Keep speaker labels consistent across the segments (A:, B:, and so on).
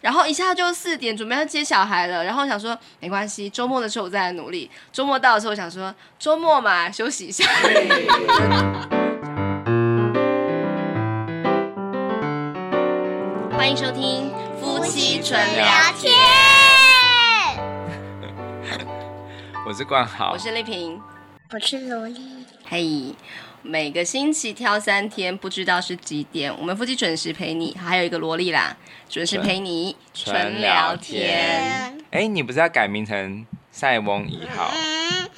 A: 然后一下就四点，准备要接小孩了。然后想说没关系，周末的时候我再来努力。周末到的时候，我想说周末嘛，休息一下。 欢迎收听夫妻纯聊，
B: 天。
C: 我是冠豪，
A: 我是丽萍。
B: 我是萝莉，
A: 嘿、每个星期挑三天，不知道是几点，我们夫妻准时陪你，还有一个萝莉啦，准时陪你
C: 纯聊天
B: 嗯
C: 哎、你不是要改名成塞翁一号？
B: 嗯，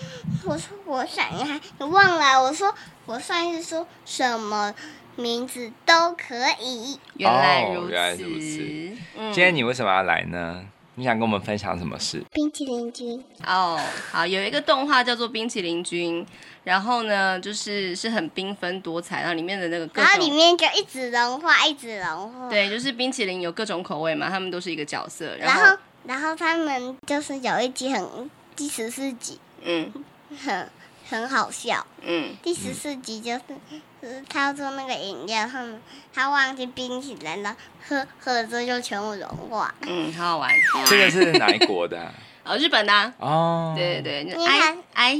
B: 我说我想一下，你忘了？我说我上一次说什么名字都可以，
A: 原来
C: 哦
A: 如此，
C: 原来如此
A: 嗯
C: 今天你为什么要来呢？你想跟我们分享什么事？
B: 冰淇淋君。
A: 哦，好，有一个动画叫做《冰淇淋君》，然后呢，就是是很缤纷多彩，然后里面的那个各
B: 然后里
A: 种。
B: 面就一直融化，一直融化。。
A: 对，就是冰淇淋有各种口味嘛，他们都是一个角色。然
B: 然
A: 后，
B: 后，然后他们就是有一集很第十四集，
A: 嗯
B: 很很好笑。
A: 嗯，
B: 第十四集就是，就是他做那个饮料，他们他忘记冰起来了，喝喝了之后就全部融化。
A: 嗯，好好玩。
C: 这个是哪一 国的啊、
A: 哦，日本的、啊，
C: 哦，
A: 对，对对
B: 你
A: ，i
B: 看
A: i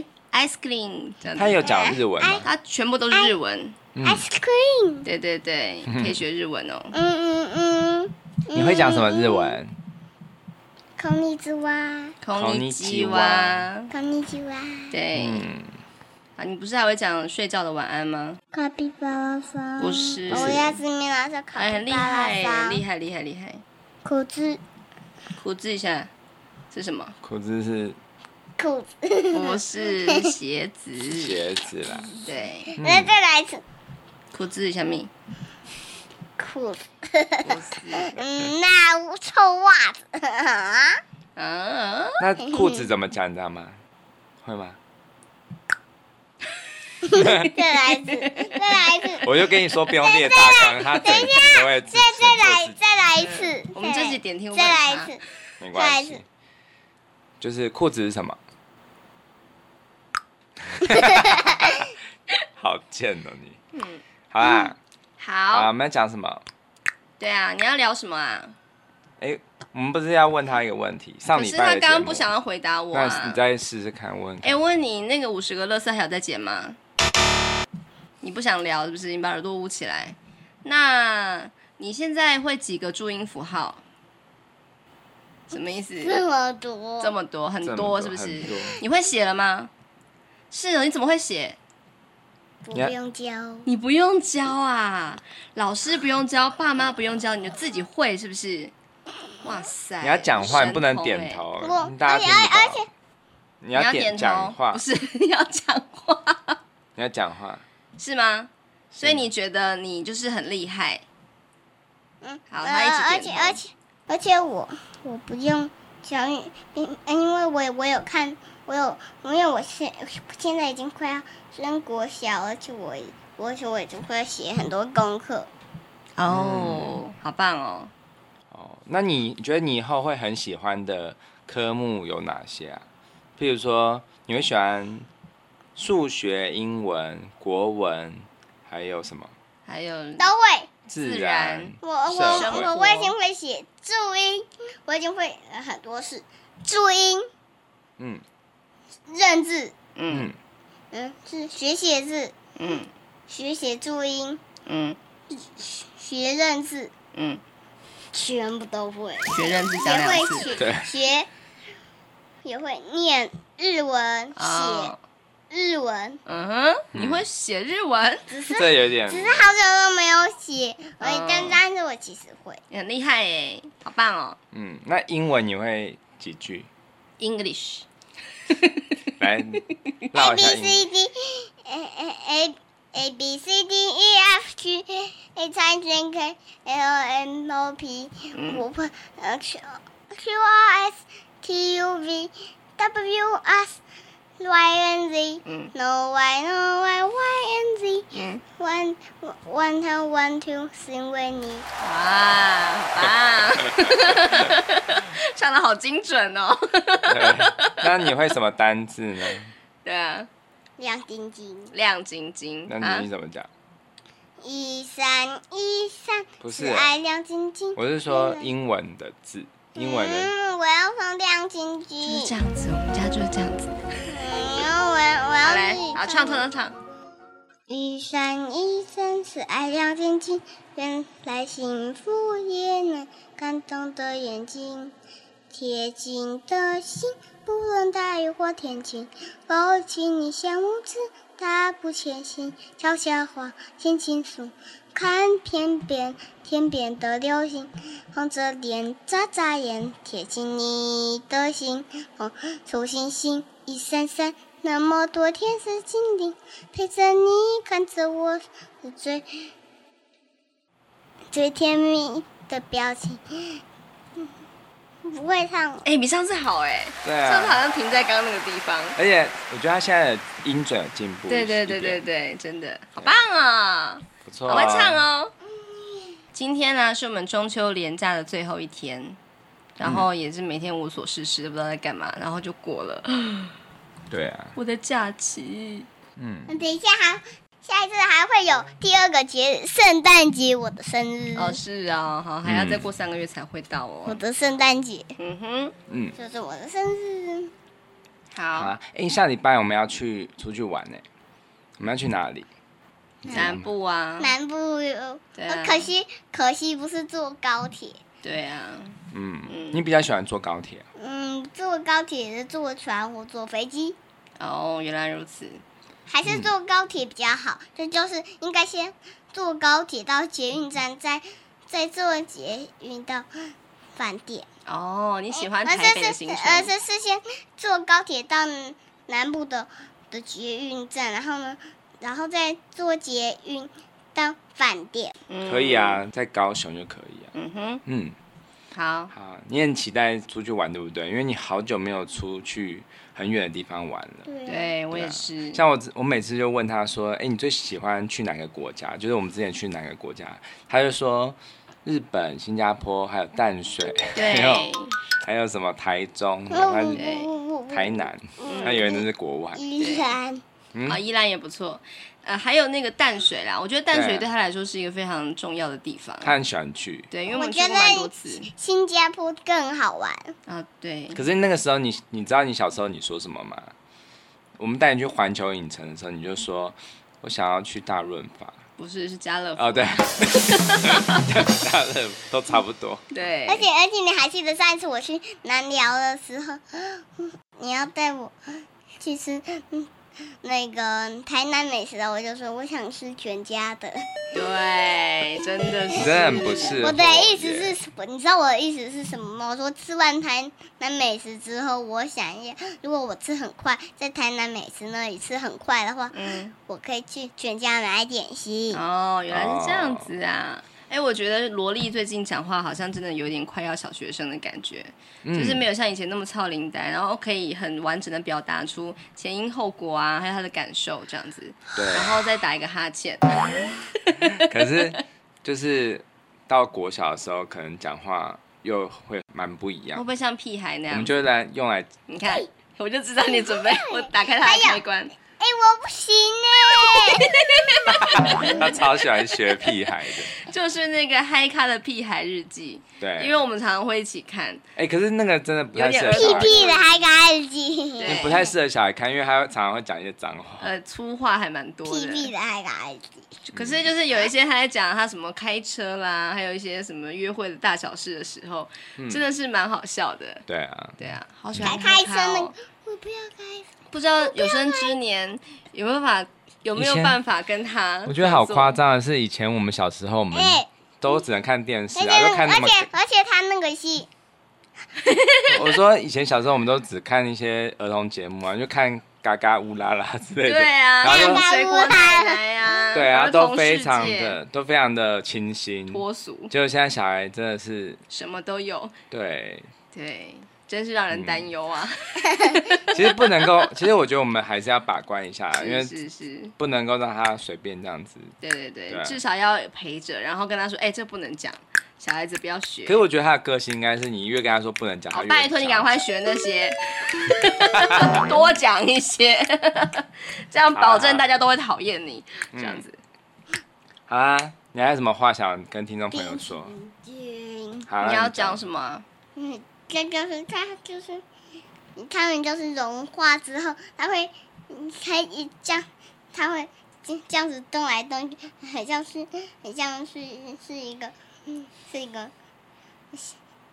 A: ice cream 这样子。
C: 他有讲日文吗？
A: 它全部都是日文。
C: 嗯，
B: Ice cream，
A: 对对对，可以学日文哦。
B: 嗯嗯嗯，
C: 你会讲什么日文？
B: 空尼之蛙，
A: 空尼基
C: こんにち
A: 哇
C: は，
B: 空尼之蛙，
A: 对、
C: 嗯，
A: 啊，你不是还会讲睡觉的晚安吗？
B: 卡皮巴拉桑。
A: 不是
B: 我要吃面拉是卡
A: 哎，很
B: 皮
A: 厉
B: 巴
A: 害
B: 拉
A: 耶，
B: 桑。
A: 厉害厉害厉害！
B: 苦子，
A: 苦字一下，是什么？
C: 裤子是
B: 苦子，
A: 不是鞋 子，
C: 鞋子啦。
A: 对，
B: 那再来一次，
A: 苦字一下咪，
B: 苦子，
A: 不是
B: 嗯，那臭袜子， 啊
A: 啊，
C: 那裤子怎么讲？你知道吗？会吗？
B: 再来一次，再来一次，
C: 我就跟你说，不用列大纲，他整集都会自己
B: 再再来
C: 做自己，
B: 再来一次，
A: 我们这集点听不
B: 再来
A: 懂
B: 一
A: 它
B: 次。
C: 没关
B: 再来一
C: 系
B: 次。
C: 就是裤子是什么？ 好贱哦你！
A: 嗯，
C: 好啦，好，我
A: 好，
C: 们要讲什么？
A: 对啊，你要聊什么啊？
C: 哎、我们不是要问他一个问题？上
A: 可
C: 礼
A: 是
C: 拜
A: 他
C: 的
A: 刚
C: 节
A: 刚
C: 目
A: 不想要回答我
C: 那你
A: 啊。
C: 再试试看问。
A: 哎，我问你，那个五十个乐色还有在剪吗？你不想聊是不是？你把耳朵捂起来。那你现在会几个注音符号？什么意思？
B: 这么多，
A: 这么多，很
C: 这么
A: 多
C: 多
A: 是不是
C: 很多？
A: 你会写了吗？是哦，你怎么会写？
B: 不
C: 你要
B: 用教，
A: 你不用教啊，老师不用教，爸妈不用教，你就自己会是不是？哇塞！
C: 你要讲话，你不能
A: 神童欸
C: 点。头
B: 我，
C: 大家
B: 而且
C: 听不
B: 而且
C: 到。你
A: 你
C: 要
A: 点
C: 点
A: 头
C: 讲话
A: 不，是欸你要讲话，
C: 你要讲话。
A: 是吗？所以你觉得你就是很厉害？
B: 嗯，
A: 好
B: 呃
A: 他一起
B: 而
A: 点
B: 且
A: 头
B: 而且而且我我不用教育，因呃因为我我有看，我有因为我现现在已经快要升国小，而且我我而且我已经会写很多功课，
A: 哦，好棒哦！
C: 哦，那你觉得你以后会很喜欢的科目有哪些啊？譬如说，你会喜欢数学、英文、国文，还有什么？
A: 还有
B: 都会。
A: 自
C: 自
A: 然
C: 然。
B: 我我
C: 社会
B: 我我已经会写注音，我已经会呃很多事，注音、
C: 嗯
B: 认字，
A: 嗯
C: 嗯，
B: 嗯，是学写字，
A: 嗯
B: 学写注音，
A: 嗯
B: 学认字，
A: 嗯，
B: 全部都会。
A: 学认识
B: 也
A: 讲两
B: 会
A: 次。
C: 对
B: 学学，也会念日文，写
A: 哦，
B: 日文，
A: 嗯哼，你会写日文，
B: 只是
C: 这有点
B: 只是好久都没有写，我
A: 哦
B: 但但是我其实会
A: 你很厉害耶，好棒哦
C: 嗯。那英文你会几句？
A: ！English，
C: 来
B: A
C: 绕一
B: B
C: 下英
B: C
C: 文。
B: D A A A A B C D E F G H I J K L M O P，我
C: 嗯
B: 会呃 Q Q R S T U V W S Y N Z
A: 嗯
B: No Y No Y Y N Z。
A: 嗯，
B: One one two one two，是因为你。
A: 哇，好棒， 唱的好精准哦。
C: 对那你会什么单 字呢？
A: 对啊，
B: 亮晶晶，
A: 亮晶晶
C: 那
A: 啊
C: 你，怎么讲？
B: 一闪一闪，
C: 不是
B: 只爱亮晶晶。嗯
C: 我是说英文的字，英文的
B: 嗯，我要放亮晶晶。
A: 就是这样子，我们家就是这样子。
B: 嗯，然后我要我
A: 好
B: 要
A: 来
B: 自己，
A: 好唱，唱唱唱。
B: 一闪一闪，是爱亮晶晶。原来幸福也能感动的眼睛，贴近的心，不论大雨或天晴，抱紧你像母子，大步前行。悄悄话，轻轻诉，看天边天边的流星，红着脸眨眨眼，贴近你的心，红出星星一闪闪。那么多天使精灵陪着你，看着我，是最最甜蜜的表情。嗯不会唱了，
A: 哎、比上次好哎、
C: 对
A: 上次好
C: 啊，
A: 像停在刚刚那个地方。
C: 而且我觉得他现在的音准有进步，
A: 对啊对对对，对，真的好棒啊、
C: 不错、
A: 好会唱，哦。今天呢、是我们中秋连假的最后一天，然后也是每天无所事事，不知道在干嘛，然后就过了
C: 对啊，
A: 我的假期。
C: 嗯，
B: 等一下还下一次还会有第二个节日，圣诞节，我的生日，
A: 哦，是啊、好，还要再过三个月才会到
B: 我
A: 哦。
B: 的圣诞节
A: 嗯哼，
C: 嗯，
B: 就是我的生日。
C: 好
A: 好，
C: 啊，哎、下礼拜我们要去出去玩呢、我们要去哪里？
A: 南部啊，
B: 嗯南部有，
A: 对啊
B: 呃可惜可惜不是坐高铁，
A: 对啊，
C: 嗯，你比较喜欢坐高铁啊、
B: 嗯，坐高铁也是坐船或坐飞机。
A: 哦，原来如此。
B: 还是坐高铁比较好。这就是应该先坐高铁到捷运站，再再坐捷运到饭店。
A: 哦，你喜欢
B: 而
A: 台北的
B: 是是
A: 行程？
B: 而是是先坐高铁到南部的的捷运站，然后呢，然后再坐捷运到饭店。
A: 嗯
C: 可以。啊，在高雄就可以啊，
A: 嗯哼，
C: 嗯，
A: 好，
C: 好，你很期待出去玩，对不对？因为你好久没有出去很远的地方玩了。
B: 对
A: 对我
C: 对
A: 也
C: 啊
A: 是。
C: 像我之，我每次就问他说：“哎、你最喜欢去哪个国家？”就是我们之前去哪个国家，他就说日本、新加坡，还有淡水，还
A: 对
C: 有，还有什么台中，
B: 我
C: 然后他
B: 我
C: 是
A: 对
B: 我我
C: 台南，他以为那是国外。
B: 依然
C: 嗯嗯
A: 啊，依兰也不错。呃，还有那个淡水啦，我觉得淡水
C: 对
A: 对他来说是一个非常重要的地方。
C: 他很喜欢去，
A: 对，因为我
B: 我
A: 们去
B: 觉
A: 过
B: 得
A: 蛮多次
B: 新加坡更好玩。
A: 啊，对，
C: 可是那个时候你，你知道你小时候你说什么吗？我们带你去环球影城的时候，你就说：“我想要去大润发。
A: 不是是家乐”福，
C: 哦，对，大润都差不多。
A: 对，
B: 而且而且你还记得上一次我去南寮的时候， 你要带我去吃嗯那个台南美食的，我就说我想吃全家的。
A: 对，真的是，
C: 真的很不适
B: 我的
C: 合
B: 意思
C: 耶
B: 是什么？你知道我的意思是什么吗？我说吃完台南美食之后，我想要如果我吃很快，在台南美食那里吃很快的话，
A: 嗯，
B: 我可以去全家买点心。
A: 哦，原来是这样子啊。哎，我觉得萝莉最近讲话好像真的有点快要小学生的感觉，
C: 嗯
A: 就是没有像以前那么操林丹，然后可以很完整的表达出前因后果啊，还有他的感受这样子，
C: 对哎
A: 然后再打一个哈欠。
C: 可是就是到国小的时候，可能讲话又会蛮不一
A: 会
C: 样
A: 不。会像屁孩那
C: 我们
A: 样？
C: 就来用来
A: 你看，我就知道你准备，我打开它的开关。
B: 哎、我不行哎、
C: 他超喜欢学屁孩的，
A: 就是那个嗨咖的屁孩日记，
C: 对。
A: 因为我们常常会一起看。
C: 哎、可是那个真的不太适合
A: 有点
B: 屁
C: 小孩，
B: 屁的还敢记。
A: 对
C: 不太适合小孩看，因为他常常会讲一些脏话。
A: 呃，粗话还蛮多
B: 屁屁
A: 的，
B: 的还敢记。
A: 可是就是有一些他在讲他什么开车啦，还有一些什么约会的大小事的时候，
C: 嗯
A: 真的是蛮好笑的。
C: 对啊，
A: 对啊，好喜欢
B: 开
A: 嗨咖
B: 车
A: 哦
B: 呢。？我不要开车。
A: 不知道有生之年有没有办法有没有
C: 以前
A: 办法跟他？
C: 我觉得好夸。张的是，以前我们小时候我们
B: 哎、
C: 都只能看电视
A: 哎
B: 而且
C: 嗯啊，都看那
B: 而
C: 么。
B: 且而且他那个戏，
C: 我说以前小时候我们都只看一些儿童节目啊，就看嘎嘎乌拉拉之类的。
A: 对啊，
C: 然后
A: 像
C: 就
A: 水果奶奶啊，
C: 对
A: 然
C: 啊，
A: 后
C: 都
A: 童
C: 非
A: 世
C: 常
A: 界
C: 的都非常的清新。
A: 脱俗，
C: 结果现在小孩真的是
A: 什么都有。
C: 对，
A: 对，真是让人担忧啊！
C: 其实不能够，其实我觉得我们还是要把关 一下，啊嗯因为
A: 是是是，
C: 不能够让他随便这样子。
A: 对对对，
C: 对啊
A: 至少要陪着，然后跟他说，哎、这不能讲，小孩子不要学
C: 可。是我觉得他的个性应该是，你越跟他说不能讲，他
A: 好，
C: 越
A: 拜托你赶
C: 讲
A: 快学那 些，多讲
C: 啊嗯
A: 一些，这样保证大家都会讨厌你。这样子，
C: 好啊，你还有什么话想跟听众朋友说？
B: 睛。
C: 好啊，
A: 你要
C: 讲
A: 讲什么啊？
B: 嗯，这就是它就是，它们就是融化之后，它会嗯它一这样，它会这这样子动来动去，很像是很像是是一个嗯是一个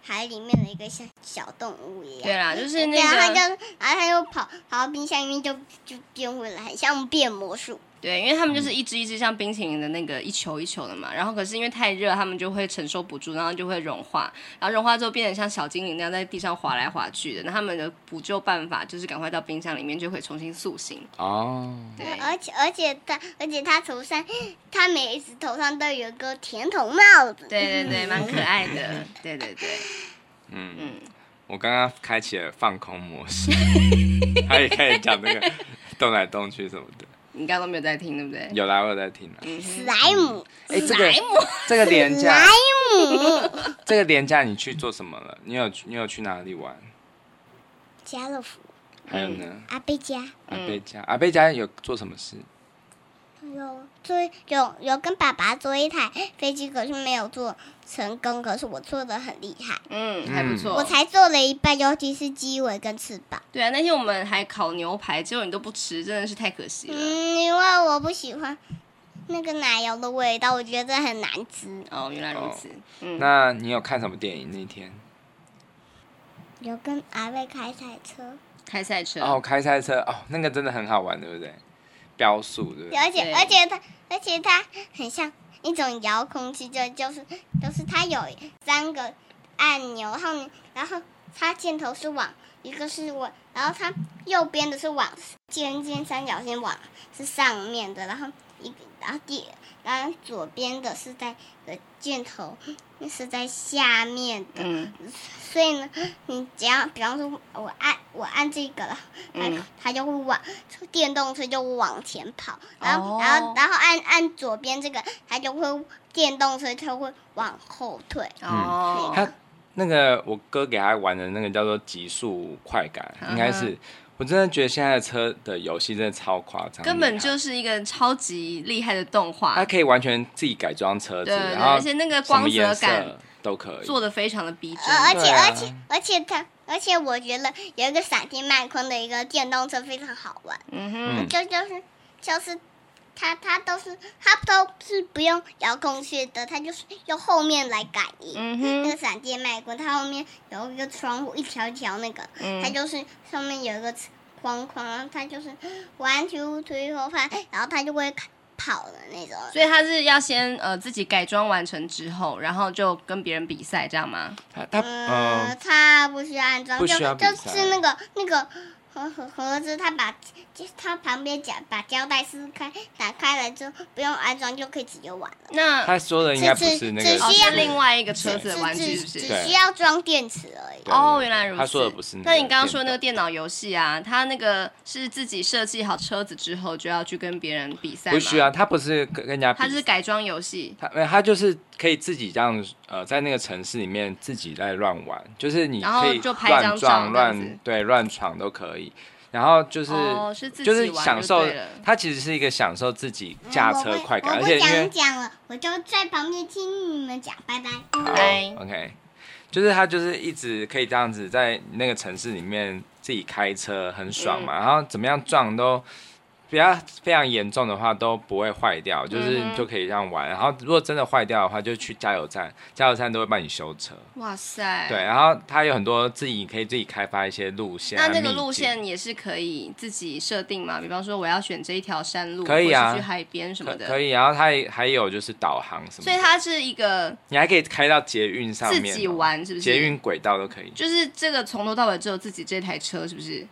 B: 海里面的一个小小动物一样。
A: 对啦，就是那
B: 然后它
A: 个
B: 啊就，然后它就跑跑到冰箱里面就 就变回来，很像变魔术。
A: 对，因为
C: 嗯
A: 他们就是一只一只像冰淇淋的那个一球一球的嘛，然后可是因为太热，他们就会承受不住，然后就会融化，然后融化之后变成像小精灵那样在地上滑来滑去的。那他们的补救办法就是赶快到冰箱里面就可以重新塑形。
C: 哦，
A: 对，
B: 而且而且它而且它头上， 它每一只头上都有一个甜筒帽子。
A: 对对对，蛮可爱的。对对对，
C: 嗯
A: 嗯，
C: 我刚刚开启了放空 模式，他也开始讲那个 动来动去什么的。
A: 你刚刚都没有在听，对不对？
C: 有啦，我有在听啦。
A: 嗯哼
B: 史莱姆，
C: 哎、这个这个
A: 嗯
C: 廉价， 这个廉价你去做什么了？你有你有去哪里玩？
B: 家乐福，
C: 还有
A: 嗯
C: 呢？
B: 阿贝家，
C: 阿贝家，阿贝家有做什么事？
B: 有做有有跟爸爸坐一台飞机，可是没有做成功，可是我做的很厉害，
A: 嗯，还不
C: 嗯
A: 错。
B: 我才做了一半，尤其是鸡尾跟翅膀，
A: 对啊，那天我们还烤牛排，结果你都不吃，真的是太可惜了。
B: 嗯，因为我不喜欢那个奶油的味道，我觉得很难吃。
A: 哦，原来如此。嗯，
C: 那你有看什么电影那天？
B: 有跟阿贝开赛车，
A: 开赛车。
C: 哦，开赛车哦，那个真的很好玩，对不对？标速对不对？
B: 而且
A: 对
B: 而且它而且它很像一种遥控器，就就是就是它有三个按钮，然后你然后它箭头是往一个是往，然后它右边的是往尖尖三角形往是上面的，然后一然后第然后左边的是在呃箭头是在下面的，
A: 嗯
B: 所以呢， 你只要比方说我按我按这个了，它、
A: 嗯
B: 它就会往电动车就往前跑，然后、
A: 哦
B: 然后然后按按左边这个，它就会电动车就会往后退。
C: 嗯
A: 哦，
C: 他那个我哥给他玩的那个叫做极速快感，
A: 啊
C: 应该是。我真的觉得现在的车的游戏真的超夸张，
A: 根本
C: 厉害
A: 就是一个超级厉害的动画
C: 它，可以完全自己改装车子，
A: 对对对，
C: 然后
A: 而且那个
C: 什么
A: 光
C: 颜
A: 泽
C: 色
A: 感
C: 都可以。
A: 做的非常的逼真。
B: 呃，而且、
C: 对啊
B: 而且而且它而且我觉得有一个闪电麦昆的一个电动车非常好玩，
A: 嗯哼，
C: 嗯，
B: 就就是就是。它它都是它都是不用遥控器的，它就是用后面来感应。
A: 嗯
B: 那
A: 哼，
B: 个闪电麦昆，它后面有一个窗户，一条一条那个，它
A: 嗯，
B: 就是上面有一个框框，然后它就是 one two three four five，然后它就会跑的那种。
A: 所以他是要先呃自己改装完成之后，然后就跟别人比赛，这样吗？
C: 它它
B: 嗯
C: 嗯，，
B: 它不需要安装，
C: 不
B: 就
C: 需要比
B: 就
C: 赛
B: 是那个那个盒盒盒子，它把它旁边夹把胶带撕开，打开来之后不用安装就可以直接玩了。
A: 那
C: 它说的应该不是那个，
B: 只
A: 哦
B: 需要
A: 是另外一个车子的玩具，
B: 只
A: 是不
B: 只
A: 是？
C: 对
B: 只需要装电池而已。
C: 对
A: 哦，原来如此。
C: 他说的不是那个
A: 那你刚刚说的那个
C: 电
A: 电脑游戏啊，它那个是自己设计好车子之后就要去跟别人比赛吗？
C: 不需，要，它不是跟跟人家比
A: 它是改装游戏。
C: 他没有，他就是可以自己这样，呃，在那个城市里面自己在乱玩，就是你
A: 然后
C: 可以
A: 就拍
C: 乱
A: 张照这
C: 撞、
A: 样
C: 乱
A: 子
C: 对乱闯都可以。然后就是、
A: 哦是自己
C: 就是
A: 玩
C: 享
A: 就
C: 受
A: 对了，
C: 它其实是一个享受自己驾车快感，
B: 我
C: 而
B: 不
C: 且因为
B: 想讲了，我就在旁边听你们讲，拜拜。
A: 拜。
C: OK，就是他就是一直可以这样子在那个城市里面自己开车很爽
A: 嗯
C: 嘛，然后怎么样撞都比较非常严重的话都不会坏掉，就是
A: 嗯哼
C: 就可以这样玩。然后如果真的坏掉的话，就去加油站，加油站都会帮你修车。
A: 哇塞！
C: 对，。然后它有很多自己可以自己开发一些路线啊。
A: 那那个
C: 秘
A: 路
C: 境
A: 线也是可以自己设定嘛？比方说我要选这一条山路，
C: 可以啊
A: 或是去海边什么
C: 可
A: 的。
C: 可以，然后它也还有就是导航什么的，
A: 所以它是一个
C: 你还可以开到捷运上
A: 自
C: 面、哦
A: 己，玩，是不是？
C: 捷运轨道都可以。
A: 就是这个从头到尾只有自己这台车，是不是？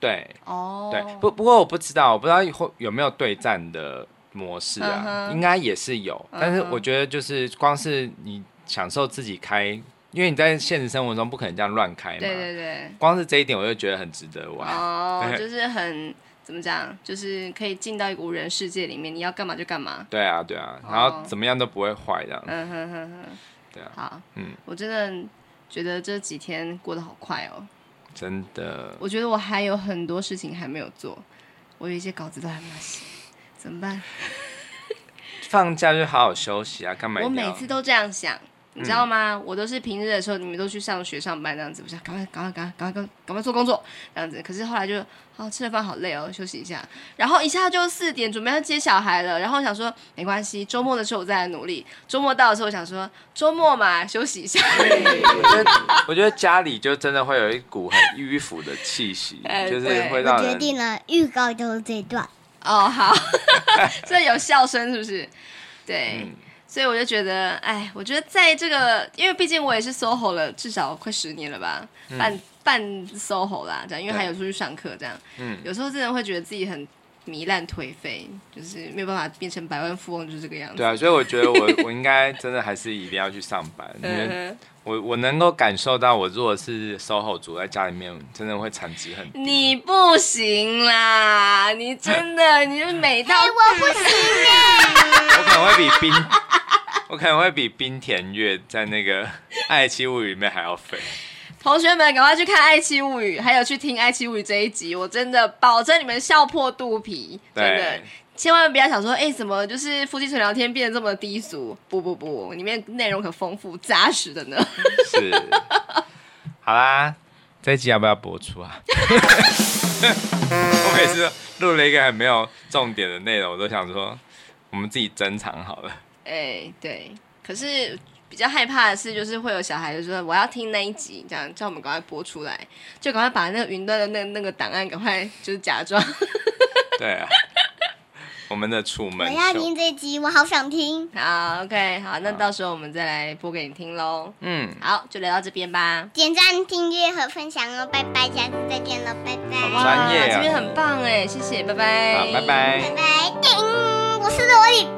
C: 对
A: 哦，
C: 对，不不过我不知道，我不知道会有没有对战的模式啊
A: 嗯，哼
C: 应该也是有，但是
A: 嗯哼
C: 我觉得就是光是你享受自己开，因为你在现实生活中不可能这样乱开嘛。
A: 对对对，
C: 光是这一点我就觉得很值得玩。
A: 哦，
C: 啊对
A: 就是很怎么讲，就是可以进到一个无人世界里面，你要干嘛就干嘛。
C: 对啊，对啊，然后
A: 哦
C: 怎么样都不会坏这样。
A: 嗯哼哼哼，
C: 对啊，
A: 好，
C: 嗯，
A: 我真的觉得这几天过得好快哦。
C: 真的。
A: 我觉得我还有很多事情还没有做，我有一些稿子都还没有写，怎么办？
C: 放假就好好休息啊，干嘛
A: 我
C: 一定
A: 每
C: 要？
A: 次都这样想，你知道吗？我都是平日的时候，你们都去上学上班这样子，我想赶快赶快赶快赶快赶快做工作这样子。可是后来就，哦，吃了饭好累哦，休息一下。然后一下就四点，准备要接小孩了。然后我想说没关系，周末的时候我再来努力。周末到的时候，我想说周末嘛，休息一下。，
C: 我觉得我觉得家里就真的会有一股很迂腐的气息
A: 哎
C: 就是
A: 对
C: 会
B: 我
C: 让
B: 决
C: 人
B: 定了，预告就是这段。
A: 哦，好， 所以有笑声是不是？对。
C: 嗯
A: 所以我就觉得，哎，我觉得在这个，因为毕竟我也是 SOHO 了，至少快十年了吧，
C: 嗯
A: 半半 SOHO 啦，这样，因为还有出去上课这样，
C: 嗯
A: 有时候真的会觉得自己很糜烂颓废，就是没有办法变成百万富翁，就是这个样子。
C: 对啊，所以我觉得我我应该真的还是一定要去上班，因
A: 嗯
C: 为
A: 哼，
C: 我我能够感受到，我如果是 SOHO 族在家里面，真的会产值很低。
A: 你不行啦，你真 的，你就每到
B: 哎，我不行呢、
C: 我可能会比冰，我可能会比冰田月在那个 《爱妻物语》里面还要肥。
A: 同学们赶快去看《爱妻物语》，还有去听《爱妻物语》这一集，我真的保证你们笑破肚皮，真的
C: 对。
A: 千万不要想说，哎、怎么就是夫妻纯聊天变得这么低俗？不不不，里面内容可丰富扎实 的呢。
C: 是，好啦，这一集要不要播出啊？ 我每次录了一个很没有重点的内容，我都想说我们自己珍藏好了。
A: 哎、对。可是比较害怕的是，就是会有小孩就说我要听那一集，这样叫我们赶快播出来，就赶快把那个云端的那那个档案赶快就是假装。
C: 对啊，我们的楚
B: 我
C: 门
B: 要
C: 秀
B: 听，这集，我好想听。
A: 好，OK，好，那到时候我们再来播给你听喽。
C: 嗯，
A: 好，就聊到这边吧。
B: 点赞、订阅和分享哦，拜拜，下次再见了，拜
A: 哇，
B: 拜，
C: 专业啊
A: 这边很棒哎，谢谢，拜拜，
C: 好，拜拜
B: 嗯拜。拜，叮，我是萝莉。